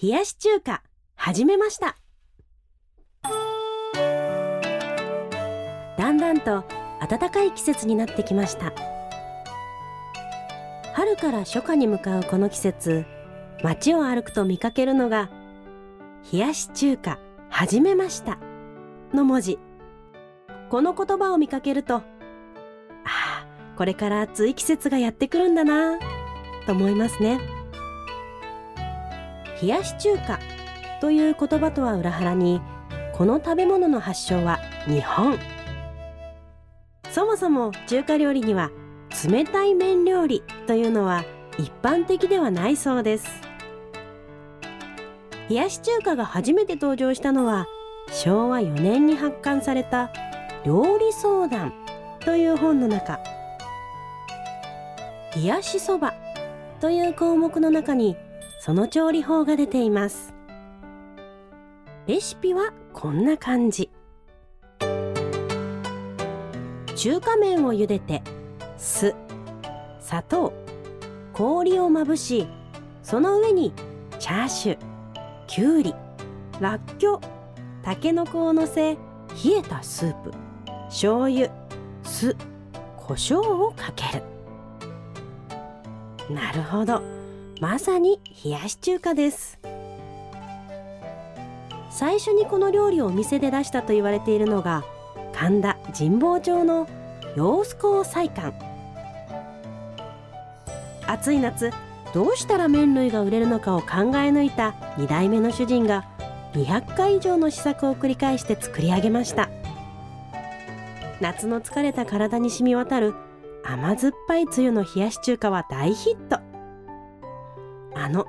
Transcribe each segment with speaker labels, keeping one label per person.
Speaker 1: 冷やし中華始めましただんだんと暖かい季節になってきました春から初夏に向かうこの季節街を歩くと見かけるのが冷やし中華始めましたの文字この言葉を見かけるとああこれから暑い季節がやってくるんだなと思いますね冷やし中華という言葉とは裏腹にこの食べ物の発祥は日本そもそも中華料理には冷たい麺料理というのは一般的ではないそうです冷やし中華が初めて登場したのは昭和4年に発刊された料理相談という本の中冷やしそばという項目の中にその調理法が出ていますレシピはこんな感じ中華麺を茹でて酢砂糖氷をまぶしその上にチャーシューきゅうりらっきょうたけのこをのせ冷えたスープ醤油酢胡椒をかけるなるほどまさに冷やし中華です最初にこの料理をお店で出したと言われているのが神田神保町の洋子工菜館暑い夏どうしたら麺類が売れるのかを考え抜いた2代目の主人が200回以上の試作を繰り返して作り上げました夏の疲れた体に染み渡る甘酸っぱい梅雨の冷やし中華は大ヒットあの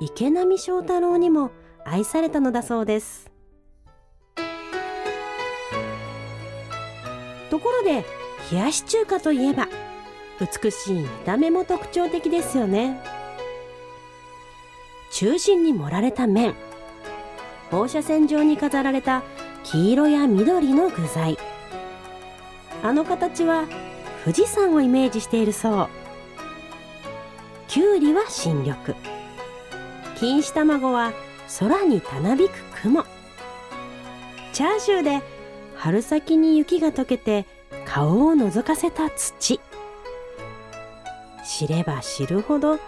Speaker 1: 池波正太郎にも愛されたのだそうですところで冷やし中華といえば美しい見た目も特徴的ですよね中心に盛られた麺放射線状に飾られた黄色や緑の具材あの形は富士山をイメージしているそうきゅうりは新緑錦糸卵は空にたなびく雲チャーシューで春先に雪が溶けて顔を覗かせた土知れば知るほど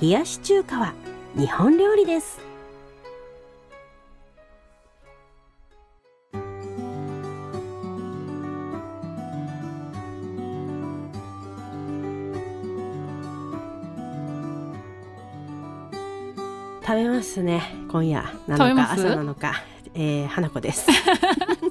Speaker 1: 冷やし中華は日本料理です食べますね今夜な
Speaker 2: 食べ
Speaker 1: の
Speaker 2: ま
Speaker 1: か
Speaker 2: す
Speaker 1: 朝なのか、えー、花子です
Speaker 2: さ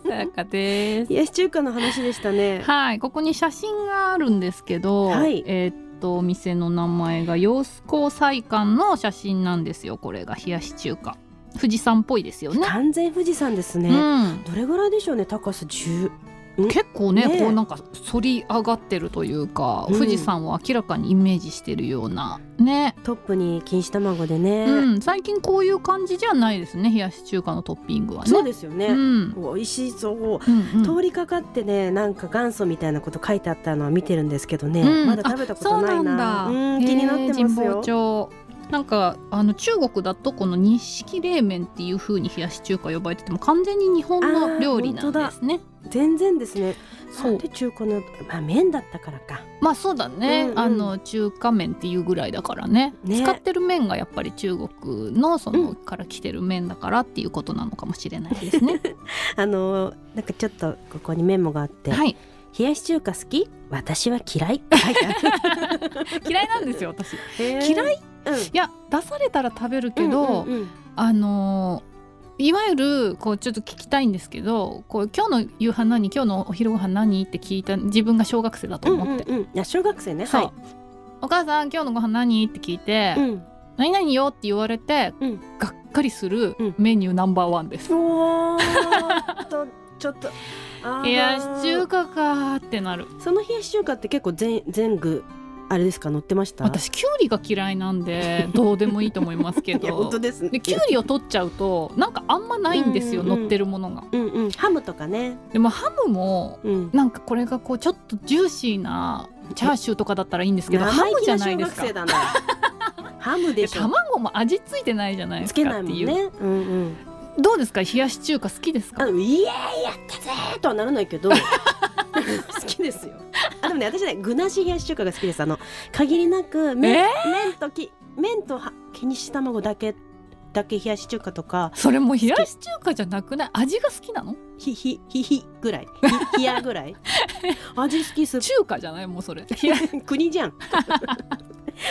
Speaker 2: やかです。
Speaker 1: 冷やし中華の話でしたね。
Speaker 2: はい、ここに写真があるんですけど、
Speaker 1: はい
Speaker 2: えーっとお店の名前が洋子工祭館の写真なんですよ。これが冷やし中華、富士山っぽいですよね。
Speaker 1: 完全富士山です
Speaker 2: う
Speaker 1: ね。
Speaker 2: ん、
Speaker 1: どれぐらいでしょうね、高さ十。
Speaker 2: 結構ね
Speaker 1: ねえ
Speaker 2: こうなんか反り上がってるというか、
Speaker 1: うん
Speaker 2: 富士山を明らかにイメージしてるようなね。
Speaker 1: トップに錦糸卵でね。
Speaker 2: うん、最近こういう感じじゃないですね。冷やし中華のトッピングはね。
Speaker 1: そうですよ
Speaker 2: う
Speaker 1: ね。
Speaker 2: ん。
Speaker 1: 美味しそう。
Speaker 2: うんうん
Speaker 1: 通りかかってね、なんか元祖みたいなこと書いてあったのは見てるんですけどね、
Speaker 2: うん
Speaker 1: まだ食べたことないな。
Speaker 2: あそうなんだ。
Speaker 1: うん気になってます
Speaker 2: へー神保
Speaker 1: よ。
Speaker 2: 町。なんかあの中国だとこの錦冷麺っていう風に冷やし中華呼ばれてても完全に日本の料理なんですね。
Speaker 1: 全然ですね。
Speaker 2: そ
Speaker 1: なん
Speaker 2: う
Speaker 1: で中華の、まあ、麺だったからか。
Speaker 2: まあそうだね、
Speaker 1: うんうん
Speaker 2: あの中華麺っていうぐらいだからね
Speaker 1: ね
Speaker 2: 使ってる麺がやっぱり中国のそうのから来てる麺だからっていうことなのかもしれないですね。
Speaker 1: あのー、なんかちょっとここにメモがあって、
Speaker 2: はい
Speaker 1: 冷やし中華好き？私は嫌い。って書いて ある
Speaker 2: 嫌いなんですよ私。い
Speaker 1: へー
Speaker 2: 嫌い
Speaker 1: うん
Speaker 2: や出されたら食べるけど、
Speaker 1: うんうんうん
Speaker 2: あのーいわゆるこうちょっと聞きたいんですけどこう今日の夕飯何今日のお昼ご飯何って聞いた自分が小学生だと思って、
Speaker 1: うんうんうん、いや小学生ね
Speaker 2: そう、
Speaker 1: はい
Speaker 2: お母さん今日のご飯何って聞いて、
Speaker 1: うん、
Speaker 2: 何々よって言われて、
Speaker 1: うん
Speaker 2: がっかりする
Speaker 1: うん
Speaker 2: メニューナンバーワンです、
Speaker 1: おーっとちょっとあー
Speaker 2: 冷やし中華かーってなる
Speaker 1: その冷やし中華って結構全全具あれですか載ってました
Speaker 2: 私きゅうりが嫌いなん でどうでもいいと思いますけ
Speaker 1: いや本
Speaker 2: ど
Speaker 1: 当ですね
Speaker 2: できゅうりを取っちゃうとなんかあんまないんですよ、
Speaker 1: うんうんうん
Speaker 2: 乗ってるものが
Speaker 1: うんうんハムとかね
Speaker 2: でもハムも
Speaker 1: うん
Speaker 2: なんかこれがこうちょっとジューシーなチャーシューとかだったらいいんですけどハ
Speaker 1: 生意
Speaker 2: ム
Speaker 1: 気
Speaker 2: じゃ
Speaker 1: な
Speaker 2: ない
Speaker 1: 小
Speaker 2: で
Speaker 1: 学
Speaker 2: すか
Speaker 1: 生だなハムでしょ
Speaker 2: 卵も味付いてないじゃないで
Speaker 1: つ
Speaker 2: す
Speaker 1: けな
Speaker 2: か
Speaker 1: い
Speaker 2: っ
Speaker 1: も
Speaker 2: て
Speaker 1: ん
Speaker 2: いう、
Speaker 1: ねうんうん
Speaker 2: どうですか冷やし中華好きです
Speaker 1: あ
Speaker 2: か
Speaker 1: のイエーイやったぜーとはならないけ ど好きですよあでもね私ね具なし冷やし中華が好きですあの限りなく麺,、
Speaker 2: え
Speaker 1: 麺とき麺とは気にし卵だけだけ冷やし中華とか
Speaker 2: それもう冷やし中華じゃなくない味が好きなの
Speaker 1: ひひひひぐらいひひやぐ らい味好きす
Speaker 2: 中華じゃないもうそれ冷 や
Speaker 1: 国じゃん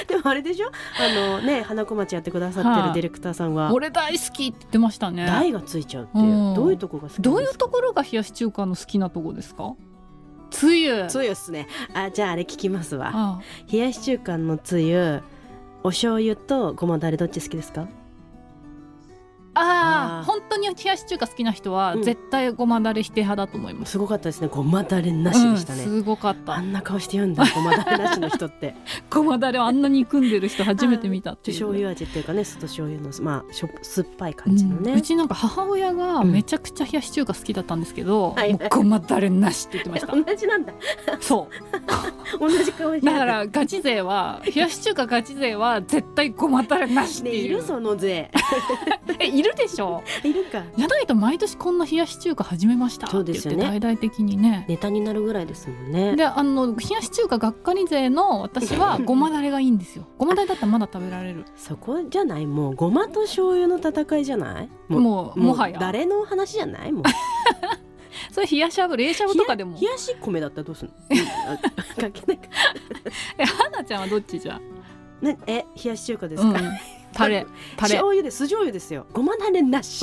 Speaker 1: でもあれでしょあのね花小町やってくださって
Speaker 2: は
Speaker 1: る
Speaker 2: い
Speaker 1: ディレクターさんは
Speaker 2: 俺大好きって言ってましたね
Speaker 1: 台がついちゃうっていううんどういうとこが好きなん
Speaker 2: どう
Speaker 1: で
Speaker 2: いう
Speaker 1: すか
Speaker 2: ところが冷やし中華の好きなとこですかつゆ
Speaker 1: つゆっすねあじゃああれ聞きますわ
Speaker 2: あ
Speaker 1: 冷やし中華のつゆお醤油とごまだれどっち好きですかあー
Speaker 2: あー本当に冷やし中華好きな人は
Speaker 1: うん
Speaker 2: 絶対ごまだれ否定派だと思います、
Speaker 1: すごかったですねごまだれなしでしたね、
Speaker 2: うん、すごかった
Speaker 1: あんな顔して言うんだごまだれなしの人って
Speaker 2: ごまだれをあんなに組んでる人初めて見たっていう
Speaker 1: 醤油味っていうかね酢と醤油のまあしょ酸っぱい感じの
Speaker 2: うんう
Speaker 1: ね、
Speaker 2: ちなんか母親がめちゃくちゃ冷やし中華好きだったんですけど、
Speaker 1: はい
Speaker 2: もうごまだれ なしって言ってました
Speaker 1: 同じなんだ
Speaker 2: そ
Speaker 1: 同じ顔してる
Speaker 2: うだからガチ勢は冷やし中華ガチ勢は絶対ごまだれなしっ
Speaker 1: ね
Speaker 2: て
Speaker 1: い
Speaker 2: いう、
Speaker 1: るその税
Speaker 2: えいるでしょ
Speaker 1: いるか
Speaker 2: じゃないと毎年こんな冷やし中華始めましたって
Speaker 1: そ
Speaker 2: 言
Speaker 1: う
Speaker 2: って
Speaker 1: ですよね
Speaker 2: 大々的にね
Speaker 1: ネタになるぐらいですもんね
Speaker 2: であの冷やし中華がっかり勢の私はごまだれがいいんですよごまだれだったらまだ食べられる
Speaker 1: そこじゃないもうごまと醤油の戦いじゃない
Speaker 2: もう
Speaker 1: も
Speaker 2: も
Speaker 1: う
Speaker 2: はや
Speaker 1: 誰の話じゃないも う
Speaker 2: それ冷やしゃぶ冷しゃぶとかでも
Speaker 1: 冷やし米だったらどう するのうんあ関係ないか
Speaker 2: え花ちゃんはどっちじゃん
Speaker 1: ねえ冷やし中華です
Speaker 2: う
Speaker 1: か、
Speaker 2: ん タレタレ
Speaker 1: 醤油で酢醤油ですよごまだれな し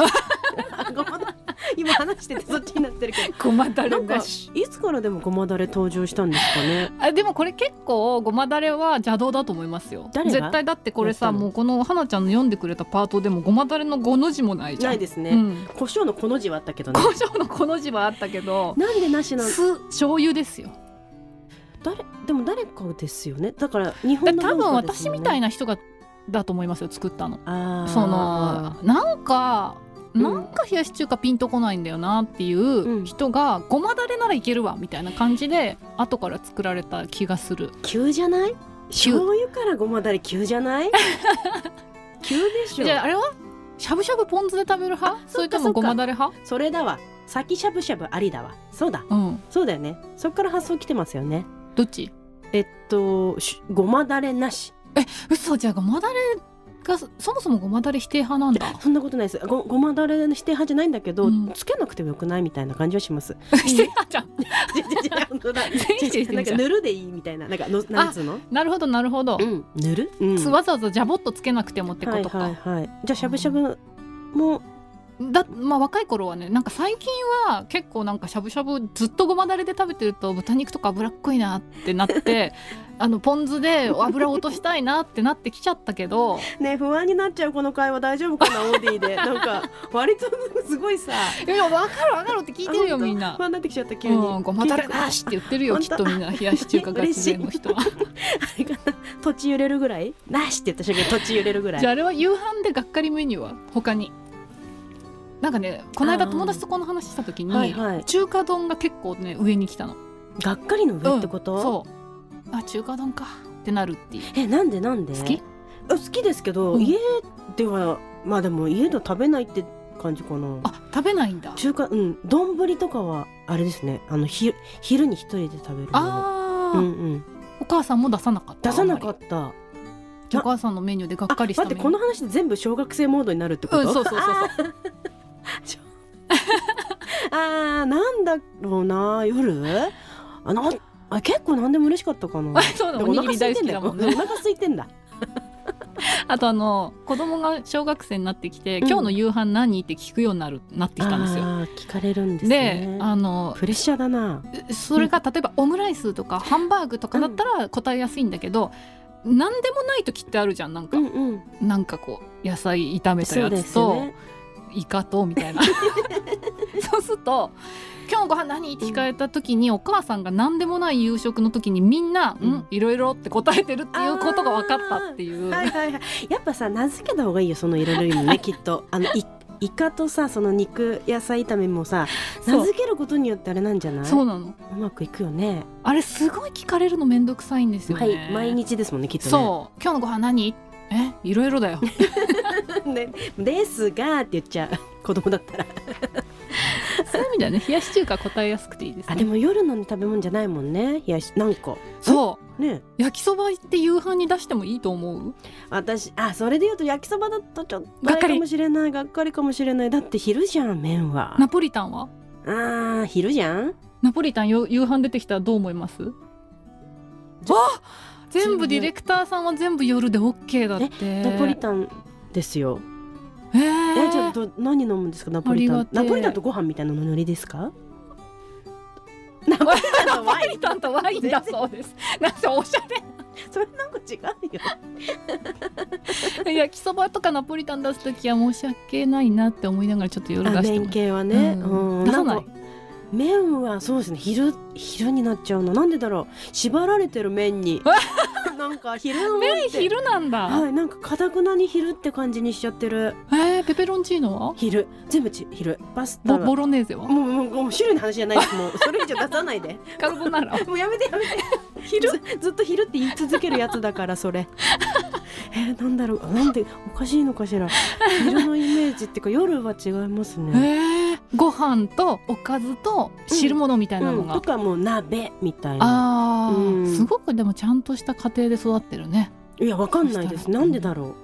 Speaker 1: ごまだ今話しててそっちになってるけど
Speaker 2: ごまだ
Speaker 1: な
Speaker 2: れ
Speaker 1: んか
Speaker 2: ないし
Speaker 1: つからでもごまだれ登場したんですかね
Speaker 2: あでもこれ結構ごまだれは邪道だと思いますよ
Speaker 1: 誰が
Speaker 2: 絶対だってこれ
Speaker 1: や
Speaker 2: さ
Speaker 1: ったの
Speaker 2: もうこの花ちゃんの読んでくれたパートでもごまだれの5の字もないじゃん
Speaker 1: ないですね、
Speaker 2: うん、
Speaker 1: 胡椒のこの字はあったけどね
Speaker 2: 工場のこの字はあったけど
Speaker 1: なんでなしなの
Speaker 2: 酢醤油ですよ
Speaker 1: 誰でも誰かですよねだから日
Speaker 2: だ
Speaker 1: 本の
Speaker 2: 多分
Speaker 1: 文化です
Speaker 2: 私
Speaker 1: もんね
Speaker 2: みたいな人がだと思いますよ作ったの
Speaker 1: あー
Speaker 2: そのなんか
Speaker 1: うん
Speaker 2: なんか冷やし中華ピンとこないんだよなってい
Speaker 1: ん
Speaker 2: う人が、ごまだれならいけるわみたいな感じで後から作られた気がする
Speaker 1: 急じゃない
Speaker 2: 急
Speaker 1: 醤油からごまだれ急じゃ ない急でしょ
Speaker 2: じゃああれはしゃぶしゃぶポン酢で食べる派それと
Speaker 1: そっ
Speaker 2: も
Speaker 1: か
Speaker 2: ごまだれ派
Speaker 1: それだわ先しゃぶしゃぶありだわそうだ
Speaker 2: うん
Speaker 1: そうだよねそっから発想来てますよね
Speaker 2: どっち
Speaker 1: えっとしごまだれなし
Speaker 2: 嘘じゃあごまだれがそもそもごまだれ否定派なんだ
Speaker 1: そんなことないですごごまだれの否定派じゃないんだけど、
Speaker 2: うん
Speaker 1: つけなくてもよくないみたいな感じはし ます
Speaker 2: 否定派じゃん
Speaker 1: 違う違う違う本当だ違
Speaker 2: 全 否定して
Speaker 1: うなんんか
Speaker 2: じゃん
Speaker 1: ぬるでいいみたいななんかのなんつうの
Speaker 2: なるほどなるほど、
Speaker 1: うんぬる、うん、
Speaker 2: つわざわざジャボっとつけなくてもってことか、
Speaker 1: はいはいはいじゃあしゃぶしゃぶも
Speaker 2: だまあ若い頃はねなんか最近は結構なんかしゃぶしゃぶずっとごまだれで食べてると豚肉とか脂っこいなってなって あのポン酢で油を落としたいなってなってきちゃったけど
Speaker 1: ね不安になっちゃうこの会話大丈夫かなオーディ でなんか割とすごいさ
Speaker 2: いやいや分かる分かるって聞いてるよみんな
Speaker 1: 不。安になってきちゃった急に、
Speaker 2: うん、ごまだれなしって言ってるよ
Speaker 1: 本
Speaker 2: き
Speaker 1: 当
Speaker 2: っとみんな冷やし中華ガチ勢の 人は
Speaker 1: 聞いてあれかな土地揺れるぐらいなしって言った瞬間に土地揺れるぐらい
Speaker 2: じゃああれは夕飯でがっかりメニューは他になんかねこの間友達とこの話した時に、
Speaker 1: はいはい
Speaker 2: 中華丼が結構ね上に来たの
Speaker 1: がっかりの上ってこと、
Speaker 2: そうあ中華丼かってなるっていう
Speaker 1: えなんでなんで
Speaker 2: 好き
Speaker 1: あ好きですけど、
Speaker 2: うん
Speaker 1: 家ではまあでも家では食べないって感じかな
Speaker 2: あ食べないんだ
Speaker 1: 中華うん丼とかはあれですねあのひ昼に一人で食べるもの
Speaker 2: あ
Speaker 1: う
Speaker 2: ー、
Speaker 1: んうん
Speaker 2: お母さんも出さなかった
Speaker 1: 出さなか
Speaker 2: あんま
Speaker 1: った
Speaker 2: りお母さんのメニューでがっ
Speaker 1: あ
Speaker 2: かりした
Speaker 1: 待ってこの話で全部小学生モードになるってこと、
Speaker 2: うんそうそうそうそう
Speaker 1: あーなんだろうな夜あなあ結構何でも嬉しかったかな
Speaker 2: そうだ
Speaker 1: で
Speaker 2: お
Speaker 1: もお
Speaker 2: にぎ
Speaker 1: 腹空い
Speaker 2: り大
Speaker 1: て
Speaker 2: 好
Speaker 1: ん
Speaker 2: き
Speaker 1: だよ
Speaker 2: だ
Speaker 1: お
Speaker 2: もんね
Speaker 1: 腹空いてんだ
Speaker 2: あとあの子供が小学生になってきて、今日の夕飯何って聞くようになるなってきたんですよ
Speaker 1: あー聞かれるんで
Speaker 2: です
Speaker 1: ね
Speaker 2: あの
Speaker 1: プレッシャーだな
Speaker 2: それが例えばオムライスとかハンバーグとかだったら答えやすいんだけど、何でもない時ってあるじゃんなんか、
Speaker 1: うん
Speaker 2: なんかこう野菜炒めた
Speaker 1: そう
Speaker 2: や
Speaker 1: で
Speaker 2: つ
Speaker 1: す
Speaker 2: と、
Speaker 1: よね
Speaker 2: イカとみ たいなそうすると「今日ご飯何?」って聞かれた時に、お母さんが何でもない夕食の時にみんな「
Speaker 1: うん
Speaker 2: んいろいろ」って答えてるっていうことが分かったっていう
Speaker 1: はいはいはい。やっぱさ名付けた方がいいよそのいろいろにね きっとあのいイカとさその肉野菜炒めもさ名
Speaker 2: そう
Speaker 1: 付けることによってあれなんじゃないう
Speaker 2: そうなの
Speaker 1: まくいくよね
Speaker 2: あれすごい聞かれるのめんどくさいんですよね、
Speaker 1: はい毎日ですもんねきっとね
Speaker 2: そう「今日のご飯何?」えいろいろだよ
Speaker 1: ねですがって言っちゃう 子供だったら
Speaker 2: そういう意味ではね冷やし中華答えやすくていいです
Speaker 1: あで
Speaker 2: ね
Speaker 1: も夜の食べ物じゃないもんね冷やしなんか
Speaker 2: そう
Speaker 1: ね
Speaker 2: 焼きそばって夕飯に出してもいいと思う
Speaker 1: 私あそれで言うと焼きそばだとちょっとあ
Speaker 2: が
Speaker 1: れ
Speaker 2: っか
Speaker 1: か
Speaker 2: り
Speaker 1: もしれないがっかりかもしれないだって昼じゃん麺は
Speaker 2: ナポリタンは
Speaker 1: あー昼じゃん
Speaker 2: ナポリタンよ夕飯出てきたらどう思いますあ全部ディレクターさんは全部夜で OK だって
Speaker 1: ナポリタンですよ
Speaker 2: え
Speaker 1: え
Speaker 2: ー
Speaker 1: じゃあど何飲むんですかナポリタ
Speaker 2: ありが
Speaker 1: ン
Speaker 2: てえ
Speaker 1: ナポリタンとご飯みたいなのノリですかナポリタンとワ
Speaker 2: ナポ
Speaker 1: イ
Speaker 2: リ
Speaker 1: ン
Speaker 2: タンとワインだそうです。なんかおしゃ
Speaker 1: それなんか違うよ
Speaker 2: れ焼きそばとかナポリタン出すときは申し訳ないなって思いながらちょっと夜
Speaker 1: あ
Speaker 2: 出して
Speaker 1: 麺
Speaker 2: も
Speaker 1: 系はね、
Speaker 2: うん
Speaker 1: うん
Speaker 2: 出さない
Speaker 1: んか麺はそうですね昼昼になっちゃうのなんでだろう縛られてる麺になんか昼の
Speaker 2: ら
Speaker 1: 麺
Speaker 2: え
Speaker 1: って
Speaker 2: 昼なんだ。
Speaker 1: はいなんかかたくなに昼って感じにしちゃってる
Speaker 2: えーペペロンチーノは？
Speaker 1: 昼全部ち昼パスタ
Speaker 2: ボ
Speaker 1: は
Speaker 2: ボ
Speaker 1: も
Speaker 2: ロネーゼは
Speaker 1: う？もうもうもう種類の話じゃないですもうそれ以上出さないで
Speaker 2: カルボナーラは？
Speaker 1: もうやめてやめて
Speaker 2: 昼
Speaker 1: ずずっと昼って言い続けるやつだからそれえー、なんだろうなんでおかしいのかしら昼のイメージっていうか夜は違います
Speaker 2: え
Speaker 1: ね
Speaker 2: ーご飯とおかずと汁物みたいなの
Speaker 1: うん、
Speaker 2: が。
Speaker 1: とかもう鍋みたいな
Speaker 2: ああ、
Speaker 1: うん
Speaker 2: すごくでもちゃんとした家庭で育ってるね。
Speaker 1: いやわかんないで
Speaker 2: そ
Speaker 1: す
Speaker 2: したら
Speaker 1: なんでだろう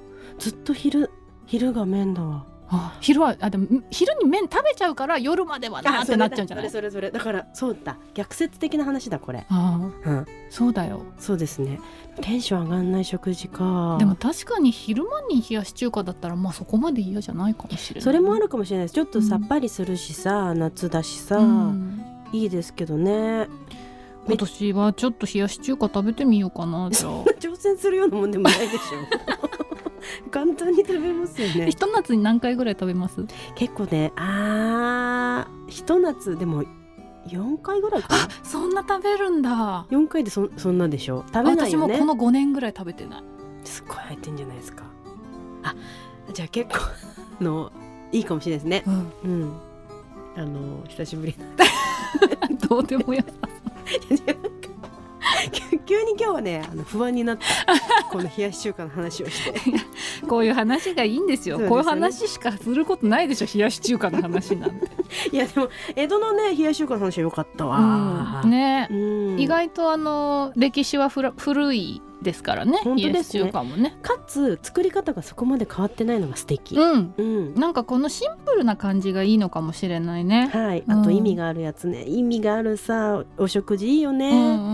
Speaker 1: ずっと昼昼が麺だわ
Speaker 2: あ昼はあでもん昼に麺食べちゃうから夜まではなーってなっちゃうんじゃない？
Speaker 1: それそれそれだからそうだ逆説的な話だこれ
Speaker 2: あ
Speaker 1: うん
Speaker 2: あそうだよ。
Speaker 1: そうですねテンション上がんない食事か
Speaker 2: でも確かに昼間に冷やし中華だったらまあそこまで嫌じゃないかもしれない。
Speaker 1: それもあ
Speaker 2: る
Speaker 1: るかもしれないですちょっとさっぱりするしさ、夏だしさ、
Speaker 2: うん、
Speaker 1: いいですけどね
Speaker 2: 今年はちょっと冷やし中華食べてみよう かなじゃあ。
Speaker 1: 挑戦するようなもんでもないでし ょ簡単に食べますよね
Speaker 2: ひと夏に何回ぐらい食べます？
Speaker 1: 結構ねあーひと夏でも4回ぐらいかな
Speaker 2: そんな食べるんだ。
Speaker 1: 4回でそそんなでしょ食べないよね
Speaker 2: 私もこの5年ぐらい食べてない。
Speaker 1: すっごい入ってんじゃないですかあじゃあ結構あのいいかもしれないですね
Speaker 2: うん、
Speaker 1: うんあの久しぶりな
Speaker 2: どうでもや。
Speaker 1: 急に今日はねあの不安になった この冷やし中華の話をして
Speaker 2: こういう話がいいんですよ。
Speaker 1: そうですよね
Speaker 2: こういう話しかすることないでしょ。冷やし中華の話なん て。
Speaker 1: いやでも江戸のね冷やし中華の話は良かったわ、
Speaker 2: うん、ね、
Speaker 1: うん
Speaker 2: 意外とあの歴史はふら古いですからね。
Speaker 1: 本当
Speaker 2: 冷
Speaker 1: で
Speaker 2: やし
Speaker 1: すね
Speaker 2: 中華もね。
Speaker 1: かつ作り方がそこまで変わってないのが素敵
Speaker 2: うん。
Speaker 1: うん、
Speaker 2: なんかこのシンプルな感じがいいのかもしれないね。
Speaker 1: はい
Speaker 2: うん
Speaker 1: あと意味があるやつね、意味があるさお食事いいよ
Speaker 2: うんう
Speaker 1: ね、
Speaker 2: ん
Speaker 1: あ
Speaker 2: うんうん、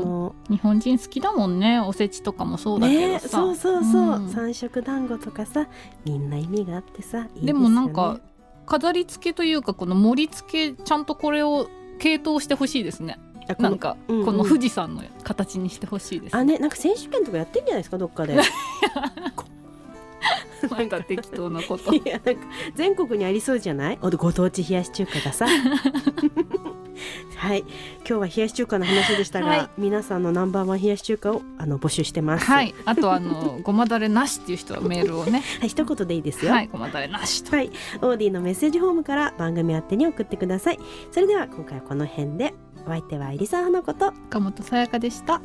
Speaker 1: の
Speaker 2: 日本人好きだもんねおせちとかもそうだけ
Speaker 1: ね
Speaker 2: どさ、
Speaker 1: そうそうそう、
Speaker 2: ん
Speaker 1: 三色団子とかさみんな意味があってさいいですよ、ね、
Speaker 2: でもなんか飾り付けというかこの盛り付けちゃんとこれを系統してほしいですね
Speaker 1: あこ
Speaker 2: な
Speaker 1: の
Speaker 2: んか
Speaker 1: うんうん
Speaker 2: この富士山の形にしてほしいです、
Speaker 1: あねなんか選手権とかやってんじゃないですかどっ かでい
Speaker 2: また適当なこと
Speaker 1: やなんか全国にありそうじゃないおご当地冷やし中華がさはい今日は冷やし中華の話でしたが、
Speaker 2: はい
Speaker 1: 皆さんのナンバーワン冷やし中華をあの募集してます
Speaker 2: は、いあとあのごまだれなしっていう人はメールをね
Speaker 1: はい、一言でいいですよ、
Speaker 2: はいごまだれなしと
Speaker 1: はい、オーディのメッセージフォームから番組宛てに送ってください。それでは今回はこの辺でお相手は入澤花子と
Speaker 2: 岡本さやかでした